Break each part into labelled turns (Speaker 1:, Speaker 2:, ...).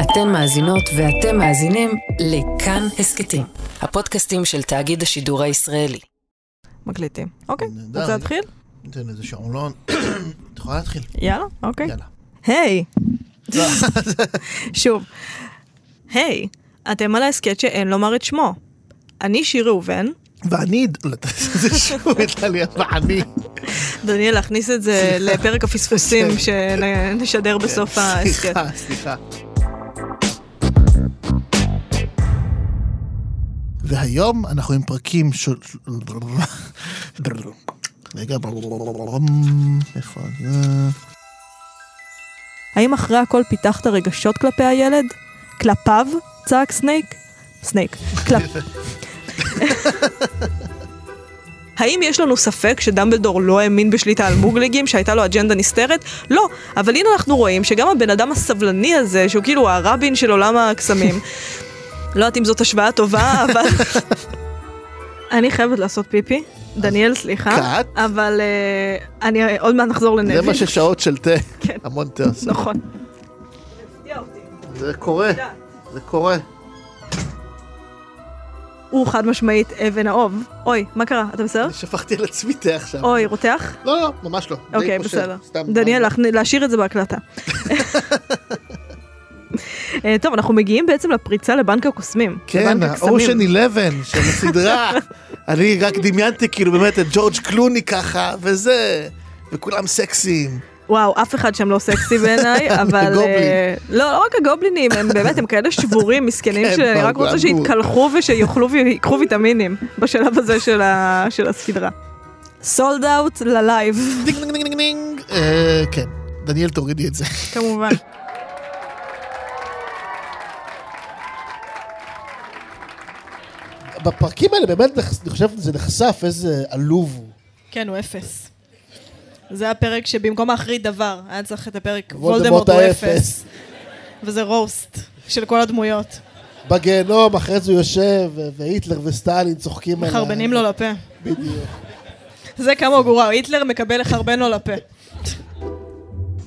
Speaker 1: אתן מאזינות ואתם מאזינים לכאן הסכתים, הפודקאסטים של תאגיד השידור הישראלי.
Speaker 2: מקליטים. אוקיי,
Speaker 3: נהדר.
Speaker 2: רוצה להתחיל?
Speaker 3: ניתן איזה שעון. לא, את יכולה להתחיל?
Speaker 2: יאללה, אוקיי.
Speaker 3: יאללה. לא.
Speaker 2: היי! שוב. היי, אתם על ההסכת שאין לומר את שמו. אני שיר ראובן,
Speaker 3: ואני... לא, זה שוב הייתה לי ואני.
Speaker 2: דניאל, להכניס את זה לפרק הפספוסים שנשדר בסוף ההסכת.
Speaker 3: כן, סליחה, סליחה. והיום אנחנו עם פרקים של... רגע, איפה זה?
Speaker 2: האם אחרי הכל פיתחת רגשות כלפי הילד? כלפיו? צעק סנייק? סנייק. כלפ... האם יש לנו ספק שדמבלדור לא האמין בשליטה על מוגלגים, שהייתה לו אג'נדה נסתרת? לא, אבל הנה אנחנו רואים שגם הבן אדם הסבלני הזה, שהוא כאילו הרבין של עולם הקסמים, לא יודעת אם זאת השוואה טובה, אבל... אני חייבת לעשות פיפי. דניאל, סליחה.
Speaker 3: קאט.
Speaker 2: אבל אה, אני עוד מעט נחזור לנבי.
Speaker 3: זה מה ששעות של תה.
Speaker 2: כן.
Speaker 3: המון תה עושה.
Speaker 2: נכון. לא.
Speaker 3: זה קורה, זה קורה.
Speaker 2: אה? הוא חד משמעית אבן האוב. אוי, מה קרה? אתה בסדר?
Speaker 3: אני שפכתי על עצמי תה עכשיו.
Speaker 2: אוי, רותח?
Speaker 3: לא, לא, ממש לא. די
Speaker 2: אוקיי,
Speaker 3: פושט.
Speaker 2: בסדר.
Speaker 3: סתם.
Speaker 2: דניאל, להכנ- להשאיר את זה בהקלטה. אה, טוב, אנחנו מגיעים בעצם לפריצה לבנק הקוסמים.
Speaker 3: כן,
Speaker 2: לבנק הקסמים.
Speaker 3: ה-Ocean 11 של הסדרה. אני רק דמיינתי כאילו באמת את ג'ורג' קלוני ככה, וזה, וכולם סקסיים.
Speaker 2: וואו, אף אחד שם לא סקסי בעיניי, אבל...
Speaker 3: הגובלין.
Speaker 2: אה, לא, לא רק הגובלינים, הם באמת, הם כאלה שבורים, מסכנים,
Speaker 3: כן,
Speaker 2: שאני רק
Speaker 3: ברור,
Speaker 2: רוצה
Speaker 3: ברור.
Speaker 2: שיתקלחו ושיאכלו ויקחו ויטמינים בשלב הזה של ה- של הסדרה. סולד אאוט ללייב.
Speaker 3: דינג דינג דינג דינג דינג. אה, כן, דניאל תורידי את זה.
Speaker 2: כמובן.
Speaker 3: בפרקים האלה באמת, נחש- אני חושב שזה נחשף איזה עלוב הוא.
Speaker 4: כן, הוא אפס. זה הפרק שבמקום האחרית דבר, היה צריך את הפרק
Speaker 3: וולדמורט
Speaker 4: וולדמורט הוא
Speaker 3: האפס.
Speaker 4: אפס. וזה רוסט של כל הדמויות.
Speaker 3: בגיהנום, אחרי זה הוא יושב, ו- והיטלר וסטלין צוחקים עליו.
Speaker 4: מחרבנים לו לפה.
Speaker 3: בדיוק.
Speaker 4: זה כמה הוא גרוע, היטלר מקבל לחרבן לו לפה.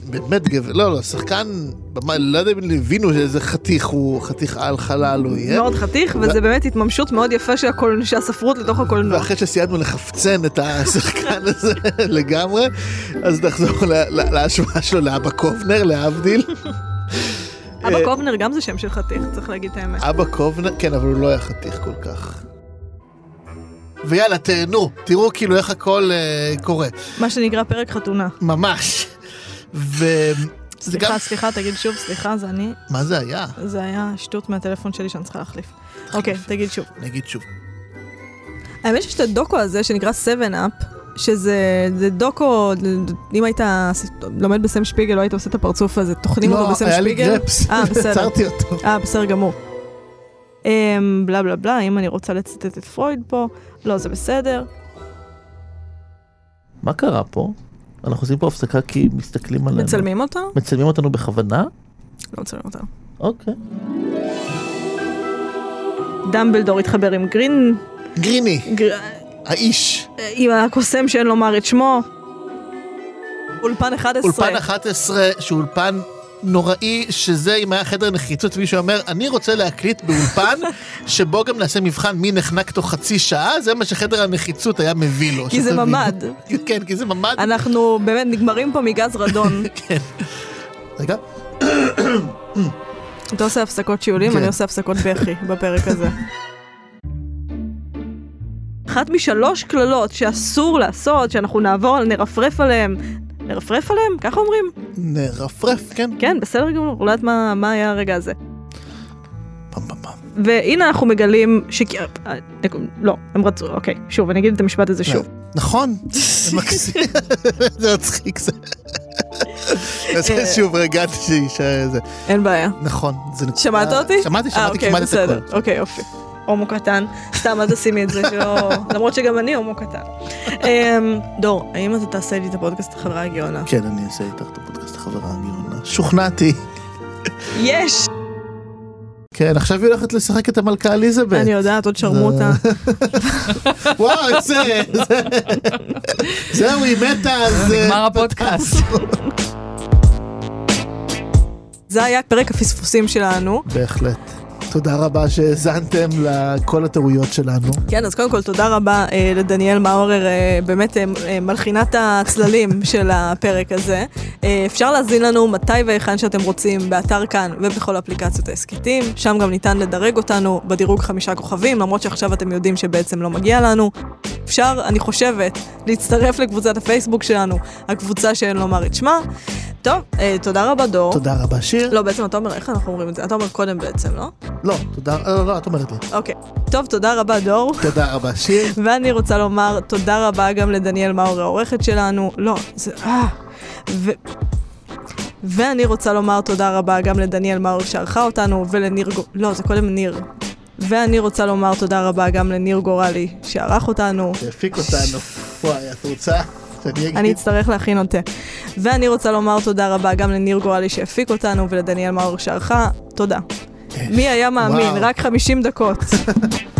Speaker 3: באמת גבר, לא, לא, שחקן, במה- לא יודע אם הבינו איזה חתיך הוא, חתיך על חלל הוא יהיה.
Speaker 2: מאוד חתיך, וזה באמת התממשות מאוד יפה של הקול- של הספרות לתוך הקולנוע.
Speaker 3: ואחרי שסיימנו לחפצן את השחקן הזה לגמרי, אז נחזור ל- ל- להשוואה שלו לאבא קובנר, להבדיל.
Speaker 2: אבא קובנר גם זה שם של חתיך, צריך להגיד את האמת.
Speaker 3: אבא קובנר, כן, אבל הוא לא היה חתיך כל כך. ויאללה, תהנו, תראו כאילו איך הכל אה, קורה.
Speaker 2: מה שנקרא פרק חתונה.
Speaker 3: ממש. וזה גם...
Speaker 2: סליחה, סליחה, תגיד שוב, סליחה, זה אני,
Speaker 3: מה זה היה?
Speaker 2: זה היה שטות מהטלפון שלי שאני צריכה להחליף. אוקיי, תגיד שוב.
Speaker 3: נגיד שוב.
Speaker 2: האמת שיש את הדוקו הזה שנקרא 7-up, שזה זה דוקו, אם היית לומד בסם שפיגל, לא היית עושה את הפרצוף הזה, טוחנים אותו
Speaker 3: לא,
Speaker 2: בסם
Speaker 3: היה לי
Speaker 2: שפיגל.
Speaker 3: גרפס.
Speaker 2: אה, בסדר.
Speaker 3: עצרתי אותו.
Speaker 2: אה, בסדר גמור. אמ, בלה בלה בלה, אם אני רוצה לצטט את פרויד פה, לא, זה בסדר.
Speaker 5: מה קרה פה? אנחנו עושים פה הפסקה כי מסתכלים עלינו.
Speaker 2: מצלמים אותנו?
Speaker 5: מצלמים אותנו בכוונה?
Speaker 2: לא מצלמים אותנו.
Speaker 5: אוקיי.
Speaker 2: דמבלדור התחבר עם גרין,
Speaker 3: גריני,
Speaker 2: גר... אה,
Speaker 3: האיש.
Speaker 2: עם הקוסם שאין לומר את שמו. אולפן 11.
Speaker 3: אולפן 11, שהוא אולפן נוראי, שזה אם היה חדר נחיצות, מישהו אומר, אני רוצה להקליט באולפן, שבו גם נעשה מבחן מי נחנק תוך חצי שעה, זה מה שחדר הנחיצות היה מביא לו.
Speaker 2: כי זה
Speaker 3: שתבינו.
Speaker 2: ממ"ד.
Speaker 3: כן, כי זה ממ"ד.
Speaker 2: אנחנו באמת נגמרים פה מגז רדון.
Speaker 3: כן. רגע,
Speaker 2: אתה עושה הפסקות שיעולים,
Speaker 3: כן.
Speaker 2: אני עושה הפסקות בכי בפרק הזה. אחת משלוש קללות שאסור לעשות, שאנחנו נעבור, על- נרפרף עליהן. נרפרף עליהם? ככה אומרים?
Speaker 3: נרפרף, כן?
Speaker 2: כן, בסדר גמור, לא יודעת מה, מה היה הרגע הזה.
Speaker 3: פעם פעם פעם.
Speaker 2: והנה אנחנו מגלים ש... אה, לא, הם רצו, אוקיי, שוב, אני אגיד את המשפט הזה שוב.
Speaker 3: נכון, זה מקסים, זה מצחיק זה.
Speaker 2: אה.
Speaker 3: נעשה שוב רגע, עד שיישאר זה.
Speaker 2: אין בעיה.
Speaker 3: נכון, זה נקודה.
Speaker 2: שמעת אותי?
Speaker 3: שמעתי,
Speaker 2: אה,
Speaker 3: שמעתי
Speaker 2: אוקיי,
Speaker 3: כמעט את
Speaker 2: בסדר.
Speaker 3: הכל.
Speaker 2: אוקיי, יופי. הומו קטן. סתם, אל תשימי את זה, שלא... למרות שגם אני הומו קטן. אמ, דור, האם אתה תעשה לי את הפודקאסט החברה הגאונה?
Speaker 3: כן, אני אעשה איתך את הפודקאסט החברה הגאונה. שוכנעתי.
Speaker 2: יש!
Speaker 3: כן, עכשיו היא הולכת לשחק את המלכה אליזבת.
Speaker 2: אני יודעת, עוד שרמוטה.
Speaker 3: וואו, זה, זה- זהו, היא מתה, אז... אה,
Speaker 6: נגמר הפודקאסט.
Speaker 2: זה היה פרק הפספוסים שלנו.
Speaker 3: בהחלט. תודה רבה שהאזנתם לכל הטעויות שלנו.
Speaker 2: כן, אז קודם כל תודה רבה אה, לדניאל מאורר, אה, באמת אה, אה, מלחינת הצללים של הפרק הזה. אה, אפשר להזין לנו מתי והיכן שאתם רוצים, באתר כאן ובכל אפליקציות ההסכתים. שם גם ניתן לדרג אותנו בדירוג חמישה כוכבים, למרות שעכשיו אתם יודעים שבעצם לא מגיע לנו. אפשר, אני חושבת, להצטרף לקבוצת הפייסבוק שלנו, הקבוצה שאין לומר את שמה. טוב, אה, תודה רבה דור.
Speaker 3: תודה רבה שיר.
Speaker 2: לא, בעצם אתה אומר, איך אנחנו אומרים את זה? אתה אומר קודם בעצם, לא?
Speaker 3: לא, תודה, לא, לא, את אומרת לי.
Speaker 2: אוקיי. טוב, תודה רבה דור.
Speaker 3: תודה רבה שיר.
Speaker 2: ואני רוצה לומר תודה רבה גם לדניאל מאור העורכת שלנו. לא, זה... אה... ו... ואני רוצה לומר תודה רבה גם לדניאל מאור שערכה אותנו, ולניר... גו- לא, זה קודם ניר. ואני רוצה לומר תודה רבה גם לניר גורלי שערך אותנו.
Speaker 3: תפיק אותנו. וואי, את רוצה? שאני
Speaker 2: אני
Speaker 3: אגיד?
Speaker 2: אצטרך להכין עוד תה. ואני רוצה לומר תודה רבה גם לניר גורלי שהפיק
Speaker 3: אה,
Speaker 2: אותנו ולדניאל מאור שערכה. תודה. מי היה מאמין?
Speaker 3: וואו.
Speaker 2: רק 50 דקות.